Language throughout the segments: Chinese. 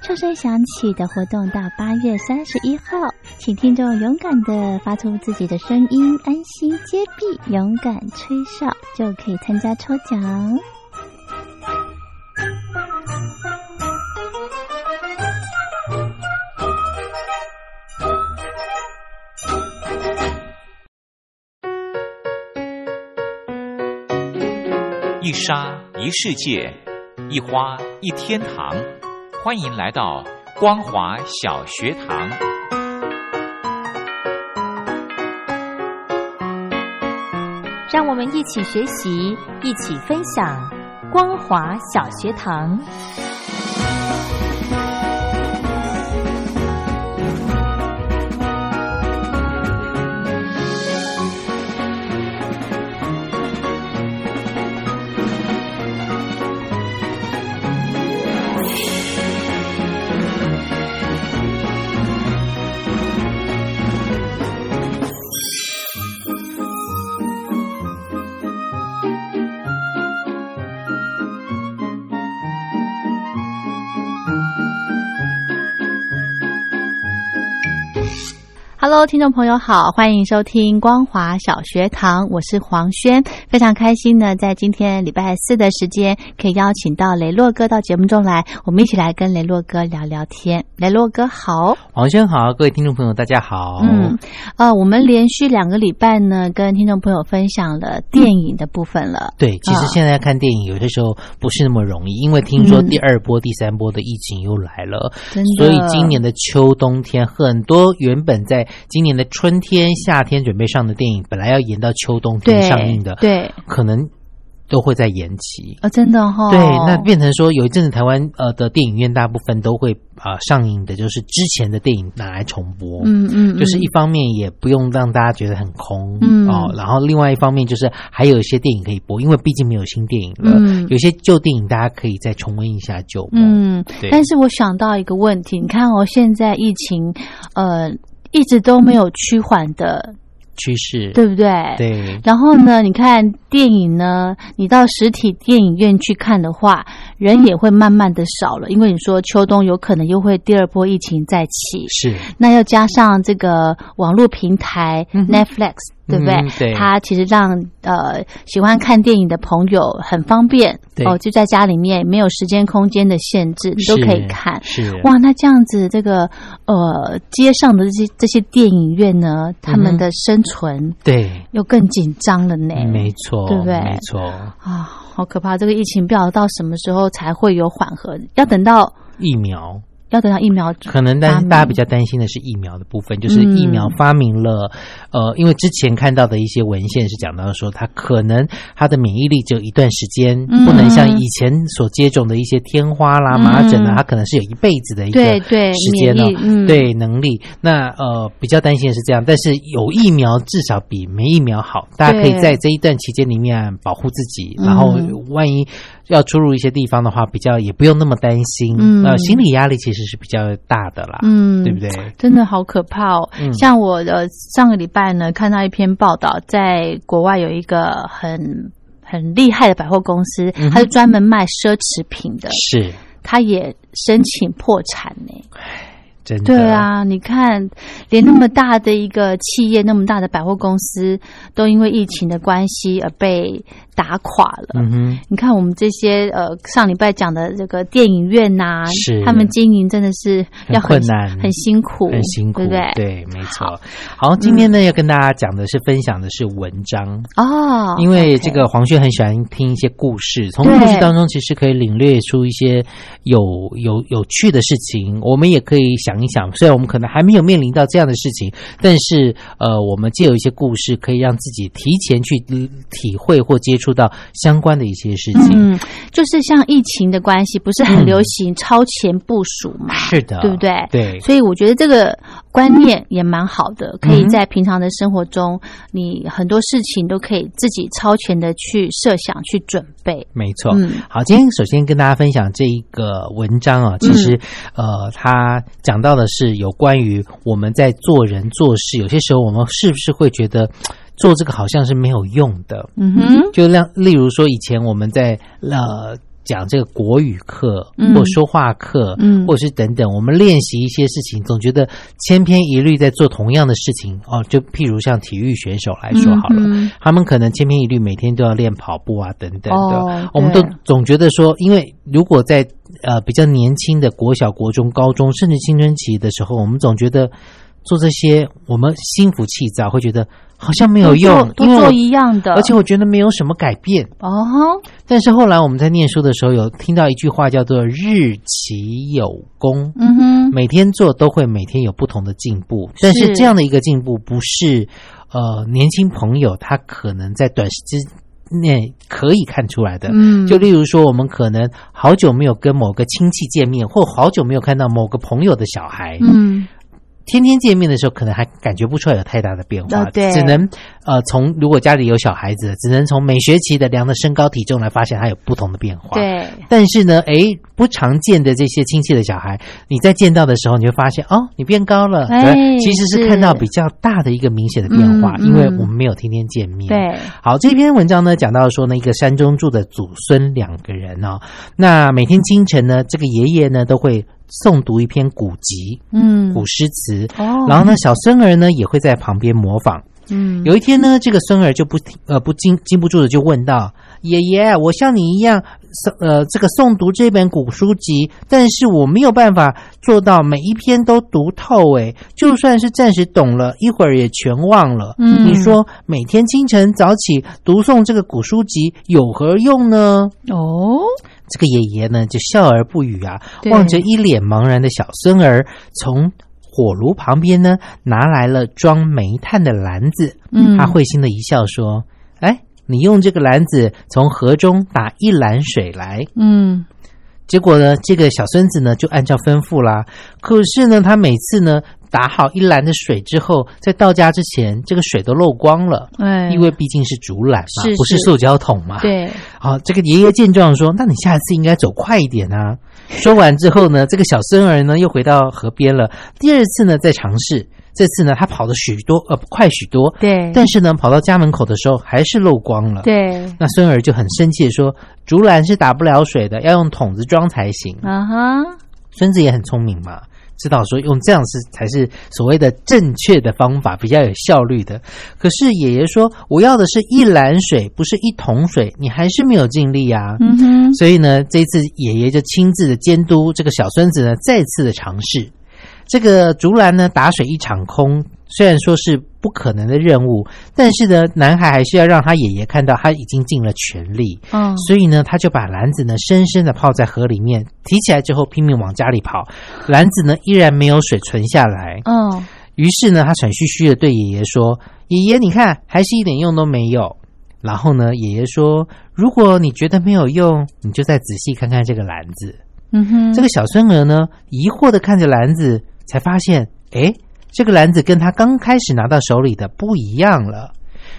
哨声响起的活动到八月三十一号，请听众勇敢的发出自己的声音，安心接币，勇敢吹哨就可以参加抽奖。一沙一世界，一花一天堂。欢迎来到光华小学堂。让我们一起学习，一起分享光华小学堂。 Hello，听众朋友好，欢迎收听光华小学堂，我是黄轩，非常开心呢，在今天礼拜四的时间，可以邀请到雷洛哥到节目中来，我们一起来跟雷洛哥聊聊天。雷洛哥好，黄轩好，各位听众朋友大家好。嗯，呃，我们连续两个礼拜呢，跟听众朋友分享了电影的部分了。对，其实啊现在看电影有些时候不是那么容易，因为听说嗯第二波、第三波的疫情又来了，真所的以今年的秋冬天，很多原本在今年的春天、夏天准备上的电影，本来要延到秋冬天对上映的，对，可能都会在延期。哦，真的哈、哦，对，那变成说有一阵子台湾呃的电影院大部分都会啊、呃上映的就是之前的电影拿来重播，嗯嗯，就是一方面也不用让大家觉得很空、嗯哦，然后另外一方面就是还有一些电影可以播，因为毕竟没有新电影了，嗯有些旧电影大家可以再重温一下旧梦。嗯，对但是我想到一个问题，你看哦，现在疫情，呃，一直都没有趋缓的，趋势对不对？。对然后呢，你看电影呢，你到实体电影院去看的话，人也会慢慢的少了，因为你说秋冬有可能又会第二波疫情再起，是那又加上这个网络平台、嗯哼 Netflix，对不对？嗯对它其实让呃喜欢看电影的朋友很方便对哦，就在家里面没有时间空间的限制，你都可以看。是哇，那这样子，这个呃，街上的这些这些电影院嗯呢，他们的生存对，又更紧张了呢。没错，哎对不对没错，啊，好可怕！这个疫情不知道到什么时候才会有缓和，要等到疫苗。要等到疫苗可能发担明大家比较担心的是疫苗的部分，就是嗯疫苗发明了，呃，因为之前看到的一些文献是讲到说，它可能它的免疫力只有一段时间，嗯不能像以前所接种的一些天花啦、嗯麻疹啦，啊它可能是有一辈子的一个对对时间免疫嗯哦，对能力。那呃，比较担心的是这样，但是有疫苗至少比没疫苗好，大家可以对在这一段期间里面保护自己，嗯然后万一要出入一些地方的话，比较也不用那么担心，嗯呃，心理压力其实是比较大的啦。嗯，对不对？真的好可怕哦！嗯像我呃上个礼拜呢，看到一篇报道，在国外有一个很很厉害的百货公司，嗯哼它是专门卖奢侈品的，是，它也申请破产呢、真的，对，啊，你看，连那么大的一个企业，那么大的百货公司，都因为疫情的关系而被打垮了。嗯哼，你看我们这些呃上礼拜讲的这个电影院呐、是他们经营真的是要很困难很辛苦，很辛苦，对不对？没错。好，今天呢要跟大家讲的是分享的是文章，哦，因为这个黄轩很喜欢听一些故事，从对故事当中其实可以领略出一些有有有趣的事情。我们也可以想一想，虽然我们可能还没有面临到这样的事情，但是呃，我们借有一些故事，可以让自己提前去嗯体会或接触到相关的一些事情。嗯，就是像疫情的关系，不是很流行超前部署嘛？是的，对不对嗯啊对，所以我觉得这个观念也蛮好的，可以在嗯平常的生活中，你很多事情都可以自己超前的去设想、去准备。没错。嗯好，今天首先跟大家分享这一个文章啊，其实、呃，它讲到的是有关于我们在做人做事，有些时候我们是不是会觉得做这个好像是没有用的？嗯哼，就像例如说，以前我们在呃讲这个国语课嗯或说话课，嗯或者是等等，我们练习一些事情，总觉得千篇一律在做同样的事情哦。就譬如像体育选手来说好了，嗯哼他们可能千篇一律，每天都要练跑步啊，等等的。哦我们都对总觉得说，因为如果在呃比较年轻的国小、国中、高中，甚至青春期的时候，我们总觉得做这些，我们心浮气躁，会觉得好像没有用，都做因为都我做一样的，而且我觉得没有什么改变。哦，但是后来我们在念书的时候，有听到一句话叫做“日其有功”，嗯哼，每天做都会每天有不同的进步，但是这样的一个进步不是呃年轻朋友他可能在短时间内可以看出来的。嗯，就例如说，我们可能好久没有跟某个亲戚见面，或好久没有看到某个朋友的小孩，嗯，天天见面的时候，可能还感觉不出来有太大的变化，啊对只能呃从如果家里有小孩子，只能从每学期的量的身高体重来发现他有不同的变化。。对，但是呢，诶，不常见的这些亲戚的小孩，你在见到的时候，你会发现哦，你变高了。哎对其实是是看到比较大的一个明显的变化，嗯因为嗯我们没有天天见面。对，好，这篇文章呢讲到说呢，一个山中住的祖孙两个人哦，那每天清晨呢，这个爷爷呢都会诵读一篇古籍、嗯，古诗词，哦，然后呢，小孙儿呢也会在旁边模仿。嗯，有一天呢，这个孙儿就不停呃不禁禁不住的就问道：“爷爷，我像你一样诵呃这个诵读这本古书籍，但是我没有办法做到每一篇都读透，诶，就算是暂时懂了，一会儿也全忘了。嗯你说每天清晨早起读诵这个古书籍有何用呢？”哦，这个爷爷呢就笑而不语啊，对望着一脸茫然的小孙儿，从火炉旁边呢拿来了装煤炭的篮子。嗯他会心的一笑说：“哎，你用这个篮子从河中打一篮水来。”嗯，结果呢，这个小孙子呢就按照吩咐啦。可是呢，他每次呢打好一篮的水之后，在到家之前，这个水都漏光了，哎，因为毕竟是竹篮嘛，是不是是塑胶桶嘛。。对，好，这个爷爷见状说：“那你下次应该走快一点啊。”说完之后呢，这个小孙儿呢又回到河边了。第二次呢再尝试，这次呢他跑的许多呃快许多，对，但是呢跑到家门口的时候还是漏光了。对，那孙儿就很生气的说：“竹篮是打不了水的，要用桶子装才行。啊哈，孙子也很聪明嘛。知道说用这样是才是所谓的正确的方法，比较有效率的。可是爷爷说，我要的是一篮水，不是一桶水，你还是没有尽力呀、啊。嗯哼，所以呢，这一次爷爷就亲自的监督这个小孙子呢，再次的尝试。这个竹篮呢，打水一场空，虽然说是不可能的任务，但是呢，男孩还是要让他爷爷看到他已经尽了全力。嗯，所以呢，他就把篮子呢深深的泡在河里面，提起来之后拼命往家里跑，篮子呢依然没有水存下来。嗯，于是呢，他喘吁吁的对爷爷说：“爷爷，你看，还是一点用都没有。”然后呢，爷爷说：“如果你觉得没有用，你就再仔细看看这个篮子。嗯哼，这个小孙儿呢，疑惑的看着篮子，才发现，诶，这个篮子跟他刚开始拿到手里的不一样了。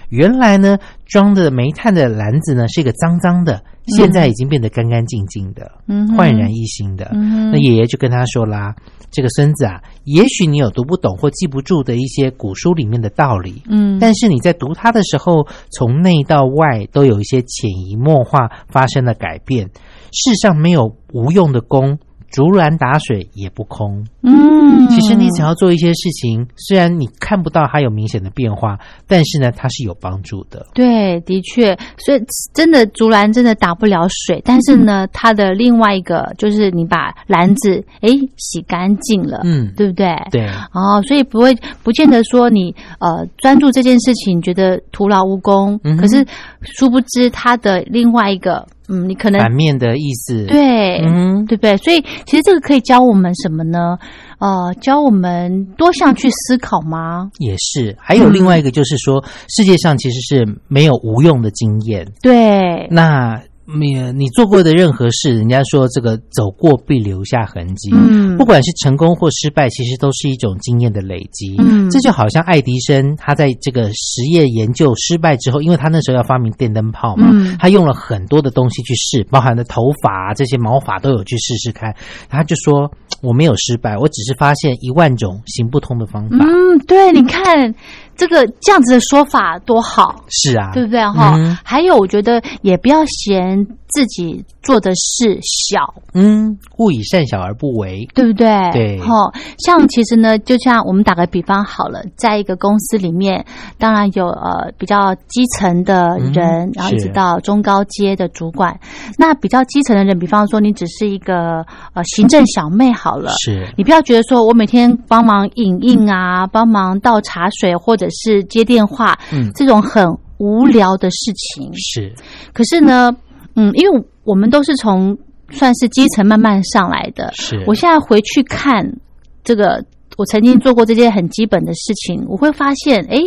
原来呢，装的煤炭的篮子呢是一个脏脏的，现在已经变得干干净净的，嗯嗯哼焕然一新的。嗯哼，那爷爷就跟他说啦：“这个孙子啊，也许你有读不懂或记不住的一些古书里面的道理，嗯，但是你在读它的时候，从内到外都有一些潜移默化发生了改变。世上没有无用的功，竹篮打水也不空。嗯，其实你只要做一些事情，虽然你看不到它有明显的变化，但是呢，它是有帮助的。对，的确，所以真的竹篮真的打不了水，但是嗯呢，它的另外一个就是你把篮子诶洗干净了，嗯，对不对？对，哦，所以不会不见得说你呃专注这件事情，觉得徒劳无功，嗯哼可是殊不知它的另外一个嗯，你可能反面的意思。，对。嗯，对不对？所以其实这个可以教我们什么呢？呃，教我们多项去思考吗？也是。还有另外一个就是说，世界上其实是没有无用的经验。对，那你你做过的任何事，人家说这个走过必留下痕迹。嗯不管是成功或失败，其实都是一种经验的累积。嗯这就好像爱迪生，他在这个实验研究失败之后，因为他那时候要发明电灯泡嘛，嗯他用了很多的东西去试，包含的头发啊这些毛发都有去试试看。他就说：“我没有失败，我只是发现一万种行不通的方法。嗯，对，你看这个这样子的说法多好，是啊，对不对哈、嗯还有，我觉得也不要嫌自己做的事小，嗯，勿以善小而不为。对不对？对哈、像其实呢，就像我们打个比方好了，在一个公司里面，当然有呃比较基层的人、嗯然后一是直到中高阶的主管。那比较基层的人，比方说你只是一个呃行政小妹好了，是，你不要觉得说我每天帮忙影印啊，帮忙倒茶水或者是接电话，嗯这种很无聊的事情。是，可是呢，嗯，因为我们都是从算是基层慢慢上来的，是。我现在回去看这个，我曾经做过这些很基本的事情，我会发现，诶，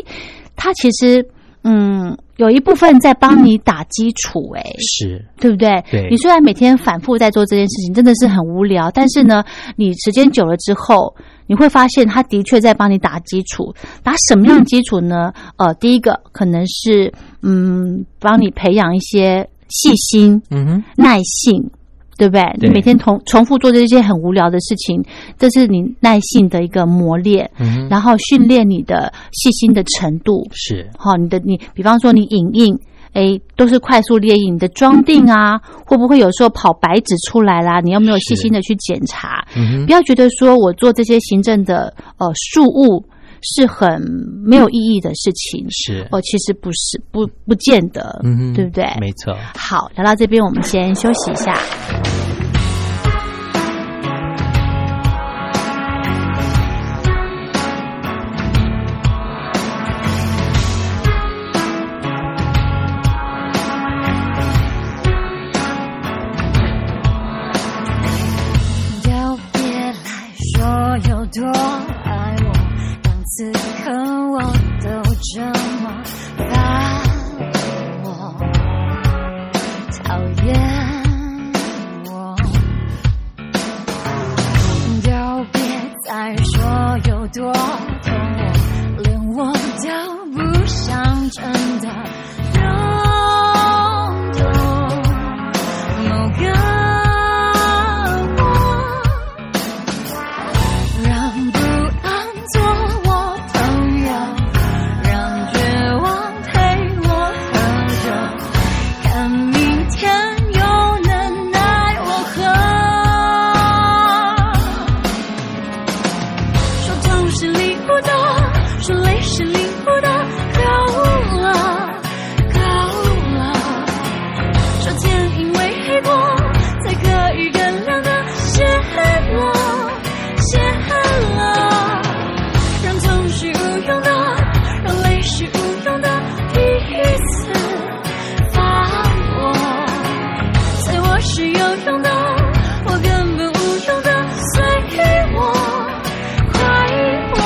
它其实，嗯，有一部分在帮你打基础、诶。是对不对？对你虽然每天反复在做这件事情，真的是很无聊，但是呢，你时间久了之后，你会发现它的确在帮你打基础。打什么样的基础呢？呃，第一个可能是嗯，帮你培养一些细心、嗯哼，耐性。对不对？对你每天重重复做这些很无聊的事情，这是你耐性的一个磨练，嗯哼，然后训练你的细心的程度。是，好，你的你，比方说你影印，诶，都是快速列印，你的装订啊，会不会有时候跑白纸出来啦？你有没有细心的去检查？嗯不哼，要觉得说我做这些行政的呃事务是很没有意义的事情，是，哦，其实不是，不不见得，嗯哼，对不对？没错。好，聊到这边，我们先休息一下。都别来说有多爱我，当此刻我都这么烦我，讨厌我。都别再说有多痛我，连我都不想真的懂懂。某个我，让不安做我朋友，让绝望陪我喝酒，看明天有能耐我喝。说痛是离不得，说累是离不得，够了，够了。说天因为黑过，才可以原谅的陷落，陷了。让痛是无用的，让泪是无用的，第一次放过。随我是有用的，我根本无用的，随我，快活。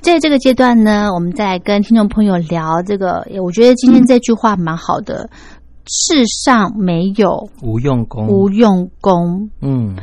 在这个阶段呢，我们再来跟听众朋友聊这个，我觉得今天这句话蛮好的。世上没有无用功，无用功，嗯，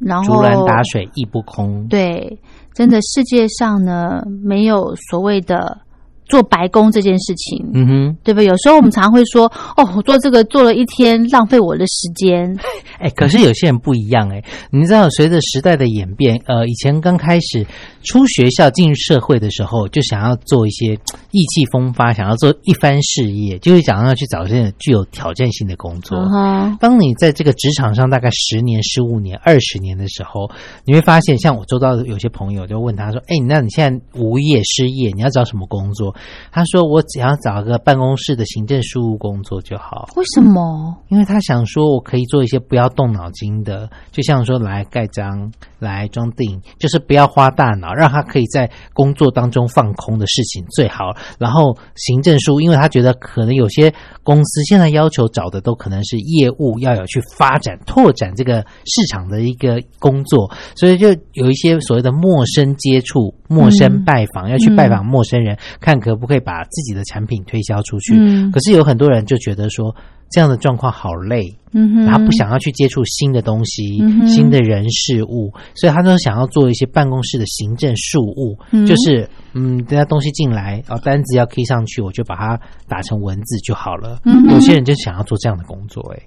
然后竹篮打水一不空，哦对，真的世界上呢没有所谓的做白工这件事情，嗯哼，对不对？有时候我们常会说，哦，我做这个做了一天，浪费我的时间。哎、可是有些人不一样哎、你知道，随着时代的演变，呃，以前刚开始出学校进入社会的时候，就想要做一些嘖意气风发，想要做一番事业，就是想要去找一些具有挑战性的工作。嗯哼，当你在这个职场上大概十年、十五年、二十年的时候，你会发现，像我周遭的有些朋友就问他说：“哎，那你现在无业失业，你要找什么工作？”他说：“我只要找个办公室的行政事务工作就好。”为什么？因为他想说，我可以做一些不要动脑筋的，就像说来盖章、来装订，就是不要花大脑，让他可以在工作当中放空的事情最好。然后行政书，因为他觉得可能有些公司现在要求找的都可能是业务要有去发展、拓展这个市场的一个工作，所以就有一些所谓的陌生接触、陌生拜访，要去拜访陌生人，看可不可以把自己的产品推销出去。嗯可是有很多人就觉得说这样的状况好累，嗯哼，他不想要去接触新的东西、嗯哼新的人事物，所以他都想要做一些办公室的行政事务，嗯就是嗯，人家东西进来，哦，单子要 key 上去，我就把它打成文字就好了。嗯哼有些人就想要做这样的工作、哎，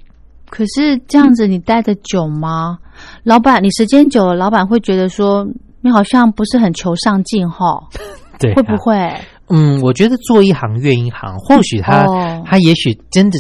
可是这样子你待的久吗？老板，你时间久了，老板会觉得说你好像不是很求上进哈、对、啊会不？会？嗯，我觉得做一行怨一行，或许他、哦他也许真的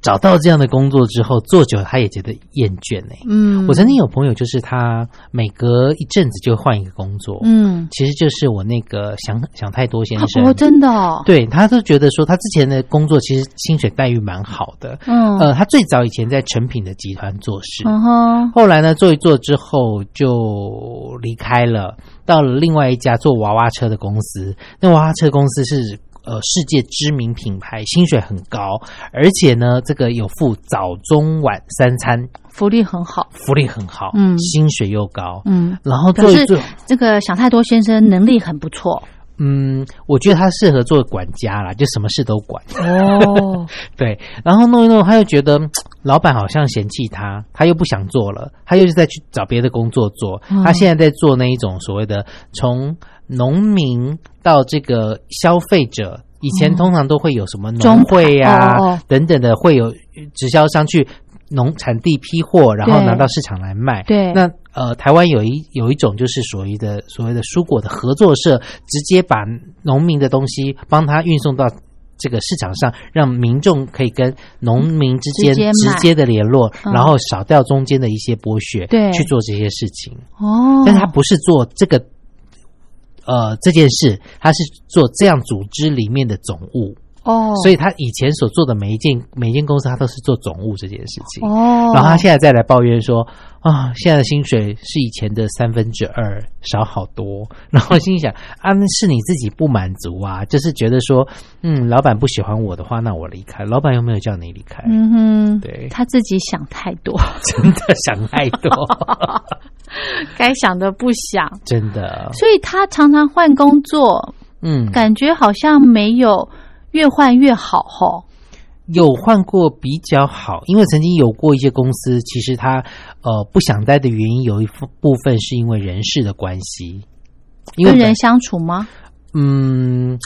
找到这样的工作之后，做久了他也觉得厌倦哎、嗯，我曾经有朋友，就是他每隔一阵子就换一个工作，嗯，其实就是我那个想想太多先生，哦，真的哦，对他都觉得说他之前的工作其实薪水待遇蛮好的，嗯，呃，他最早以前在成品的集团做事，嗯哼，后来呢做一做之后就离开了，到了另外一家做娃娃车的公司，那娃娃车公司是。呃，世界知名品牌，薪水很高，而且呢，这个有付早中晚三餐，福利很好，福利很好，嗯薪水又高，嗯，然后可做一是做，这个想太多先生能力很不错嗯，我觉得他适合做管家啦，就什么事都管。哦， 对，然后弄一弄，他又觉得嗯老板好像嫌弃他，他又不想做了，他又是在去找别的工作做。嗯他现在在做那一种所谓的从农民到这个消费者。以前通常都会有什么农会嗯呀、中盘哦哦等等的，会有直销商去农产地批货，然后对拿到市场来卖。对那呃，台湾有一有一种就是属于的所谓的蔬果的合作社，直接把农民的东西帮他运送到这个市场上，让民众可以跟农民之间直接买直接的联络，嗯然后少掉中间的一些剥削，对去做这些事情。哦，但他不是做这个呃这件事，他是做这样组织里面的总务，哦，所以以他以前所做的每一件每一间公司，他都是做总务这件事情。哦，然后他现在再来抱怨说啊，现在的薪水是以前的三分之二，少好多。 然后心想啊，那是你自己不满足啊，就是觉得说，嗯，老板不喜欢我的话，那我离开。老板又没有叫你离开，嗯哼，对他自己想太 多，真的想太 多，该想的不想，真的，所以他常常换工作，嗯，感觉好像没有越换越好吼。有换过比较好，因为曾经有过一些公司，其实他呃不想待的原因有一部分是因为人事的关系，因为跟本人相处吗？嗯，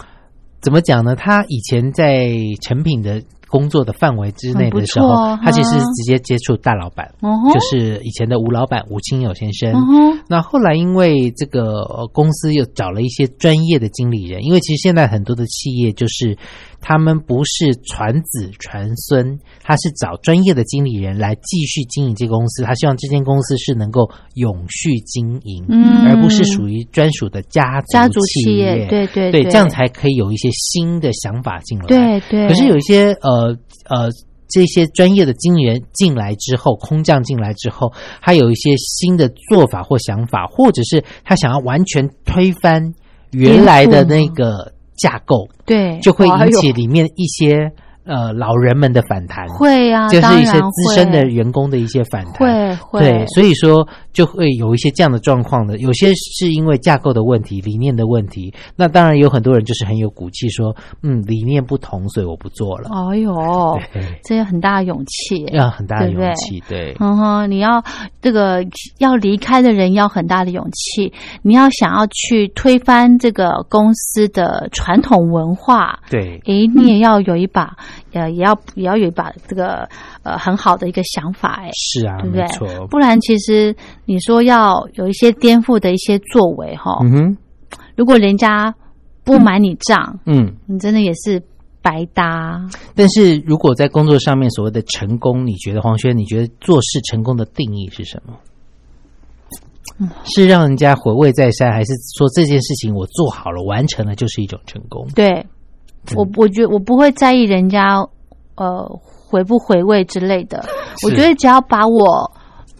怎么讲呢？他以前在成品的工作的范围之内的时很候，不错哦他其实哈直接接触大老板，哦吼，就是以前的吴老板吴清友先生。哦吼，那后来因为这个呃公司又找了一些专业的经理人，因为其实现在很多的企业就是他们不是传子传孙，他是找专业的经理人来继续经营这个公司，他希望这间公司是能够永续经营，嗯而不是属于专属的家族家族企业，对对对，这样才可以有一些新的想法进来。对对。可是有一些呃呃，这些专业的经理人进来之后，空降进来之后，他有一些新的做法或想法，或者是他想要完全推翻原来的那个架构，嗯对，就会哇哎引起里面一些呃老人们的反弹，会啊，就当是一些然资深的会员工的一些反弹。会会对，所以说就会有一些这样的状况的，有些是因为架构的问题、理念的问题。那当然有很多人就是很有骨气说，嗯，理念不同，所以我不做了。哎呦，对，这有很大的勇气。要很大的对不对勇气，对嗯哼，你要这个要离开的人要很大的勇气，你要想要去推翻这个公司的传统文化，对诶，你也要有一把，呃，也要也要有一把这个呃很好的一个想法，诶，是啊，对不没对错，不然其实你说要有一些颠覆的一些作为哈、嗯哼，如果人家不买你账，嗯。你真的也是白搭。但是如果在工作上面所谓的成功，你觉得黄轩，你觉得做事成功的定义是什么？嗯是让人家回味再三，还是说这件事情我做好了、完成了就是一种成功？对，嗯我我觉我不会在意人家呃回不回味之类的，我觉得只要把我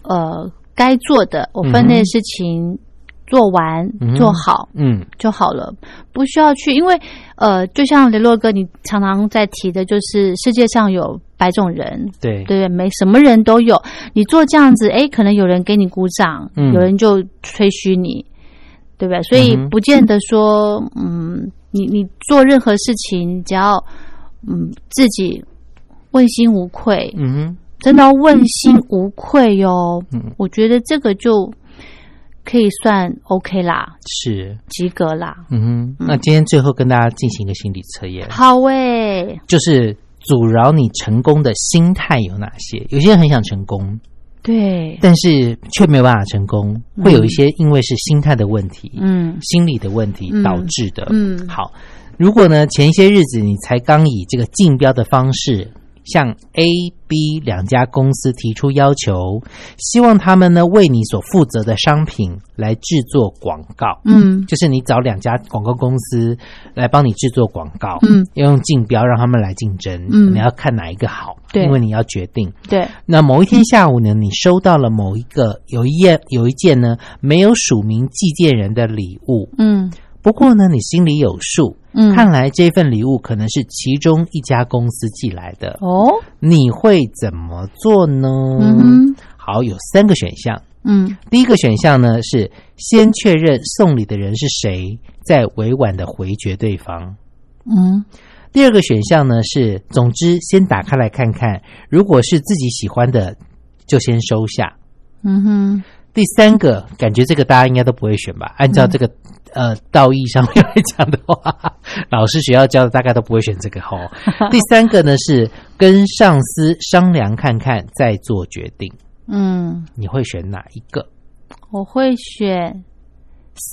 呃该做的我分内的事情做完、嗯做好嗯，就好了，不需要去因为呃，就像雷洛哥你常常在提的，就是世界上有百种人，对，对不对？没什么人都有，你做这样子，哎，可能有人给你鼓掌，嗯有人就吹嘘你，对不对？所以嗯哼不见得说，嗯，你你做任何事情，只要嗯自己问心无愧，嗯哼。真的要问心无愧哟。嗯我觉得这个就可以算 OK 啦，是，及格啦。嗯哼。那今天最后跟大家进行一个心理测验，好喂、就是阻挠你成功的心态有哪些？有些人很想成功，对，但是却没有办法成功，会有一些因为是心态的问题，嗯心理的问题嗯导致的。嗯好，如果呢前些日子你才刚以这个竞标的方式。向 A、B 两家公司提出要求，希望他们呢为你所负责的商品来制作广告。嗯就是你找两家广告公司来帮你制作广告，嗯，要用竞标让他们来竞争，嗯你要看哪一个好，对因为你要决定。对，那某一天下午呢，你收到了某一个有一件有一件呢没有署名寄件人的礼物，嗯不过呢，你心里有数，嗯，看来这份礼物可能是其中一家公司寄来的，哦，你会怎么做呢？嗯哼好，有三个选项。嗯第一个选项呢是先确认送礼的人是谁，再委婉的回绝对方。嗯第二个选项呢是，总之先打开来看看，如果是自己喜欢的，就先收下。嗯哼。第三个，感觉这个大家应该都不会选吧？按照这个、嗯呃道义上面来讲的话， 老师学校教的大概都不会选这个吼。第三个呢是跟上司商量看看，再做决定。嗯，你会选哪一个？我会选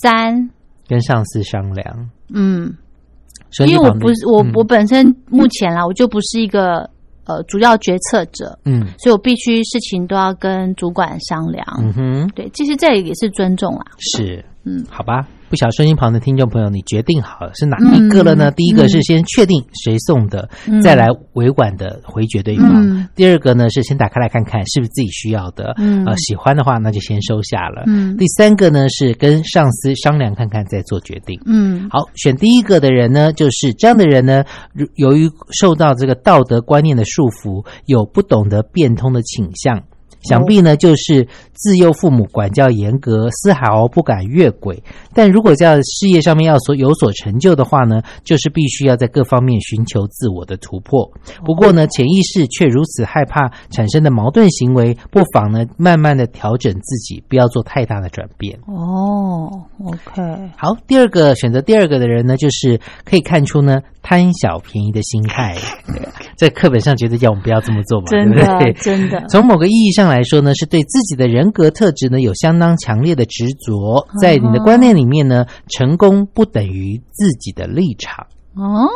三。跟上司商量。嗯，手机因为我旁边不是我、嗯我本身目前啦，我就不是一个呃主要决策者，嗯所以我必须事情都要跟主管商量。嗯哼，对，其实这也是尊重啦。是，嗯好吧。不晓得收音旁的听众朋友，你决定好了是哪一个了呢？嗯第一个是先确定谁送的，嗯再来委婉的回绝对方。嗯第二个呢是先打开来看看是不是自己需要的，嗯呃，喜欢的话那就先收下了。嗯第三个呢是跟上司商量看看再做决定。嗯好，选第一个的人呢，就是这样的人呢，如由于受到这个道德观念的束缚，有不懂得变通的倾向。想必呢，就是自幼父母管教严格，丝毫不敢越轨。但如果在事业上面要所有所成就的话呢，就是必须要在各方面寻求自我的突破。不过呢，潜意识却如此害怕产生的矛盾行为，不妨呢，慢慢的调整自己，不要做太大的转变。哦，OK，好，第二个选择第二个的人呢，就是可以看出呢贪小便宜的 心态，在课本上觉得叫我们不要这么做嘛，真对不的对？ 真的，从某个意义上来说呢，是对自己的人格特质呢有相当强烈的执哦着，在你的观念里面呢，成功不等于自己的立场。哦，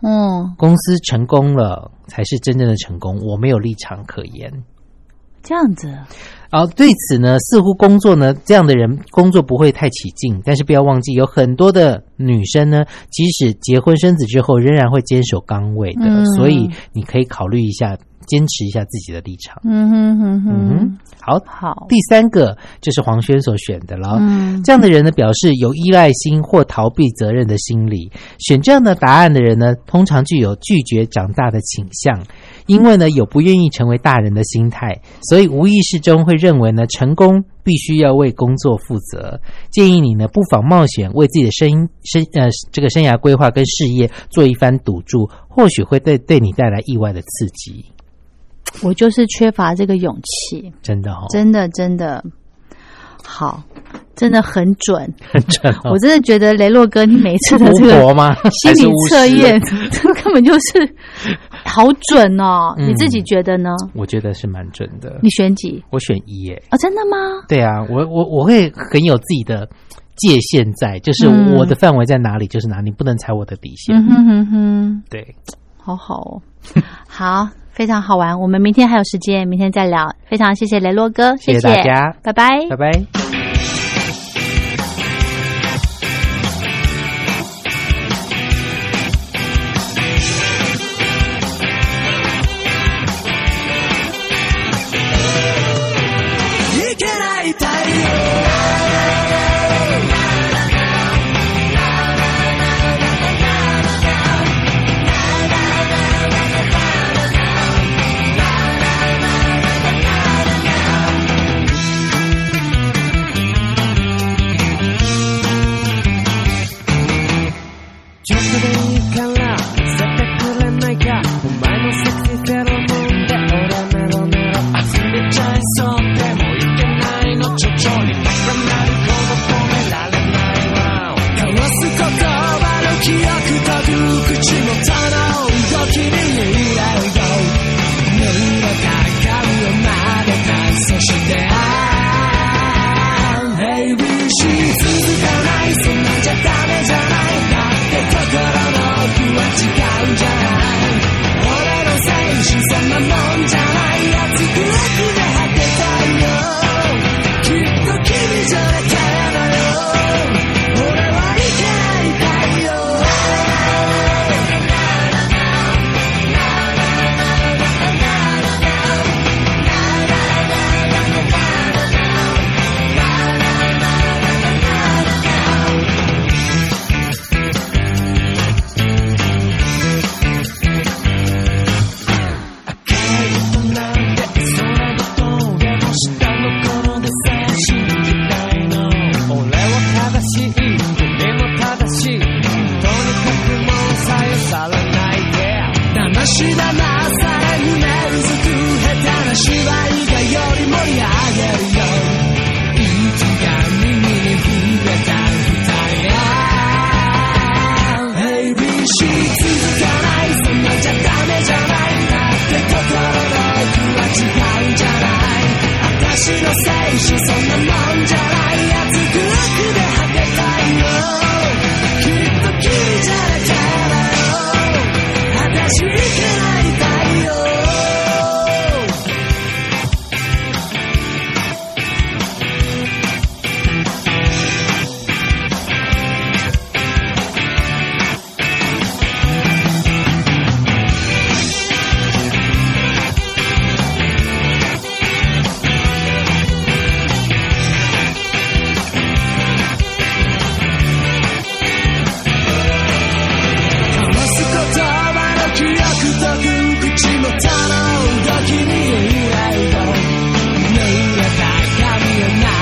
嗯，公司成功了才是真正的成功，我没有立场可言。这样子，然后对此呢，似乎工作呢这样的人工作不会太起劲，但是不要忘记，有很多的女生呢，即使结婚生子之后，仍然会坚守岗位的，嗯所以你可以考虑一下坚持一下自己的立场。嗯哼哼哼，，好。好，第三个就是黄轩所选的了。嗯这样的人呢，表示有依赖心或逃避责任的心理。选这样的答案的人呢，通常具有拒绝长大的倾向，因为呢有不愿意成为大人的心态，所以无意识中会认为呢成功必须要为工作负责。建议你呢不妨冒险为自己的生生呃这个生涯规划跟事业做一番赌注，或许会对对你带来意外的刺激。我就是缺乏这个勇气，真的哦，真的真的好，真的很准。真 的我真的觉得雷洛哥，你每一次的这嗯巫个婆吗？ 心还是理巫测师验，这 根本 就是好准哦！嗯你自己觉得呢？我觉得是蛮准的。你选几？我选一耶。哦，真的吗？对啊，我我我会很有自己的界限在，就是嗯我的范围在哪里就是哪里，不能踩我的底线。嗯哼哼哼，对，好好哦， 好，非常好玩。我们明天还有时间，明天再聊。非常谢谢雷洛哥，谢谢大家拜拜，拜拜。